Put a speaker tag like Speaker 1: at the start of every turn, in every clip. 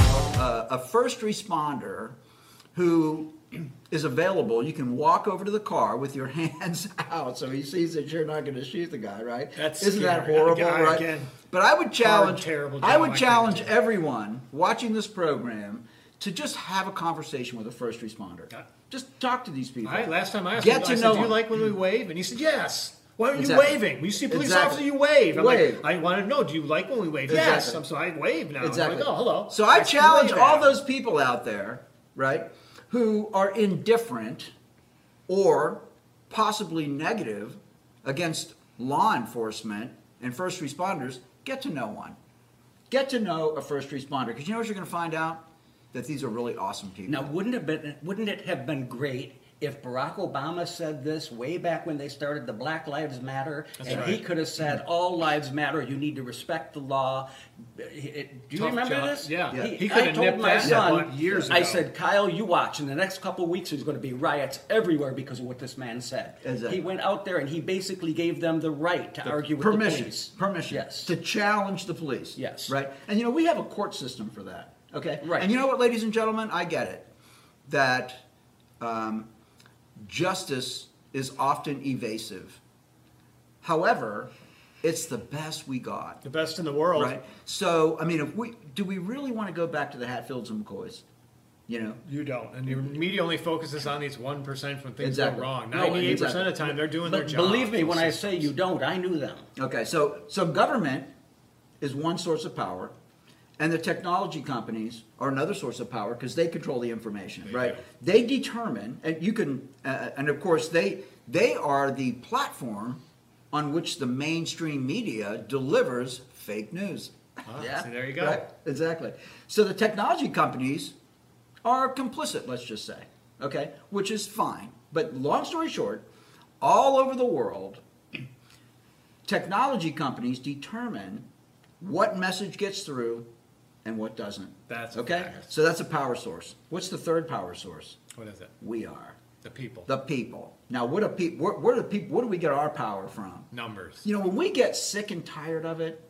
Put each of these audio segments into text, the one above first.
Speaker 1: a, a first responder who is available, you can walk over to the car with your hands out, so he sees that you're not going to shoot the guy, right?
Speaker 2: That's
Speaker 1: isn't that
Speaker 2: scary.
Speaker 1: horrible,
Speaker 2: I- I
Speaker 1: right?
Speaker 2: can-
Speaker 1: But I would challenge,
Speaker 2: terrible
Speaker 1: I
Speaker 2: job,
Speaker 1: would
Speaker 2: I can't
Speaker 1: challenge
Speaker 2: do that.
Speaker 1: everyone watching this program to just have a conversation with a first responder.
Speaker 2: Yeah.
Speaker 1: Just talk to these people.
Speaker 2: All right, last time I asked
Speaker 1: Get
Speaker 2: him,
Speaker 1: to
Speaker 2: I said,
Speaker 1: know
Speaker 2: do you
Speaker 1: him."
Speaker 2: like when we wave? And he said, yes. Why aren't
Speaker 1: Exactly.
Speaker 2: you waving? When you see a police
Speaker 1: Exactly.
Speaker 2: officer, you wave. I'm
Speaker 1: Wave.
Speaker 2: like, I want to know, do you like when we wave? Yes.
Speaker 1: Exactly.
Speaker 2: I'm, so I wave now.
Speaker 1: Exactly.
Speaker 2: I'm like, oh, hello.
Speaker 1: So I
Speaker 2: Nice to
Speaker 1: challenge
Speaker 2: wave
Speaker 1: all
Speaker 2: at.
Speaker 1: those people out there, right, who are indifferent or possibly negative against law enforcement and first responders. Get to know one. Get to know a first responder because you know what you're going to find out that these are really awesome people.
Speaker 3: Now, wouldn't have been wouldn't it have been great if Barack Obama said this way back when they started the Black Lives Matter, and he
Speaker 2: right. Mm-hmm.
Speaker 3: could have said, "All lives matter. You need to respect the law." It- do you
Speaker 2: Tough
Speaker 3: remember
Speaker 2: job.
Speaker 3: this?
Speaker 2: Yeah. Yeah.
Speaker 3: He,
Speaker 2: He could
Speaker 3: I
Speaker 2: have
Speaker 3: told
Speaker 2: nipped
Speaker 3: my
Speaker 2: that in the
Speaker 3: son
Speaker 2: butt years
Speaker 3: I
Speaker 2: ago.
Speaker 3: said, "Kyle, you watch. In the next couple weeks, there's going to be riots everywhere because of what this man said."
Speaker 1: Exactly.
Speaker 3: He went out there and he basically gave them the right to argue with the
Speaker 1: permission,
Speaker 3: police.
Speaker 1: permission
Speaker 3: Yes.
Speaker 1: to challenge the police.
Speaker 3: Yes.
Speaker 1: right. And you know we have a court system for that. Okay,
Speaker 3: Right.
Speaker 1: And you know what, ladies and gentlemen, I get it that um, justice is often evasive. However, it's the best we got.
Speaker 2: The best in the world.
Speaker 1: Right. So I mean, if we do, we really want to go back to the Hatfields and McCoys. You know,
Speaker 2: You don't. And your media only focuses on these 1% when things
Speaker 1: Exactly.
Speaker 2: go wrong. 98%
Speaker 1: Right,
Speaker 2: of
Speaker 1: exactly.
Speaker 2: the time, they're doing
Speaker 3: But
Speaker 2: their job.
Speaker 3: believe me when I say you don't. I knew them.
Speaker 1: Okay, so so government is one source of power, and the technology companies are another source of power because they control the information, right?
Speaker 2: do.
Speaker 1: They determine, and you can, uh, and of course they they are the platform on which the mainstream media delivers fake news.
Speaker 2: Ah, so there you go.
Speaker 1: Right? Exactly. So the technology companies are complicit, let's just say, okay, which is fine. But long story short, all over the world, technology companies determine what message gets through and what doesn't.
Speaker 2: That's a
Speaker 1: okay.
Speaker 2: fact.
Speaker 1: So that's a power source. What's the third power source?
Speaker 2: What is it?
Speaker 1: We are
Speaker 2: The people.
Speaker 1: the people. Now, what do people? Where, where do people? Where do we get our power from?
Speaker 2: Numbers.
Speaker 1: You know, when we get sick and tired of it,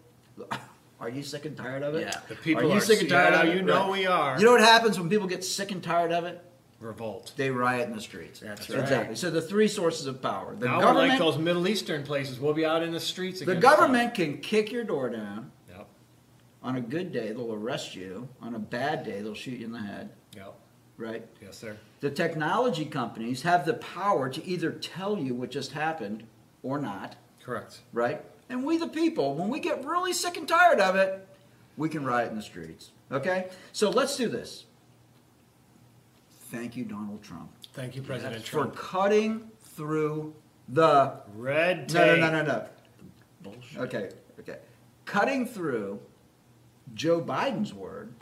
Speaker 1: are you sick and tired of it?
Speaker 3: Yeah.
Speaker 2: The people
Speaker 1: you
Speaker 2: are-
Speaker 1: sick and tired
Speaker 2: yeah,
Speaker 1: of it?
Speaker 2: you know we are.
Speaker 1: You know what happens when people get sick and tired of it?
Speaker 2: Revolt.
Speaker 1: They riot in the streets.
Speaker 3: That's right.
Speaker 1: Exactly. So the three sources of power: the
Speaker 2: Now we're
Speaker 1: government.
Speaker 2: like those Middle Eastern places. We'll be out in the streets
Speaker 1: the
Speaker 2: again.
Speaker 1: government can kick your door down.
Speaker 2: Yep.
Speaker 1: On a good day, they'll arrest you. On a bad day, they'll shoot you in the head.
Speaker 2: Yep.
Speaker 1: Right.
Speaker 2: Yes, sir.
Speaker 1: The technology companies have the power to either tell you what just happened or not.
Speaker 2: Correct.
Speaker 1: right? And we, the people, when we get really sick and tired of it, we can riot in the streets. Okay? So let's do this. Thank you, Donald Trump,
Speaker 2: Thank you, President
Speaker 1: for
Speaker 2: Trump.
Speaker 1: cutting through the.
Speaker 2: Red
Speaker 1: No,
Speaker 2: tape.
Speaker 1: no, no, no, no.
Speaker 3: Bullshit.
Speaker 1: Okay, okay. Cutting through Joe Biden's word,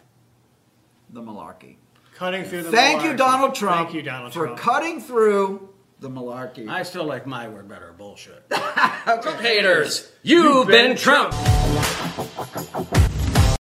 Speaker 1: the malarkey.
Speaker 2: Cutting through the
Speaker 1: Thank
Speaker 2: malarkey.
Speaker 1: you, Donald Trump,
Speaker 2: Thank you, Donald
Speaker 1: for
Speaker 2: Trump.
Speaker 1: cutting through the malarkey.
Speaker 3: I still like my word better. Bullshit. Trump haters, you've been Trump.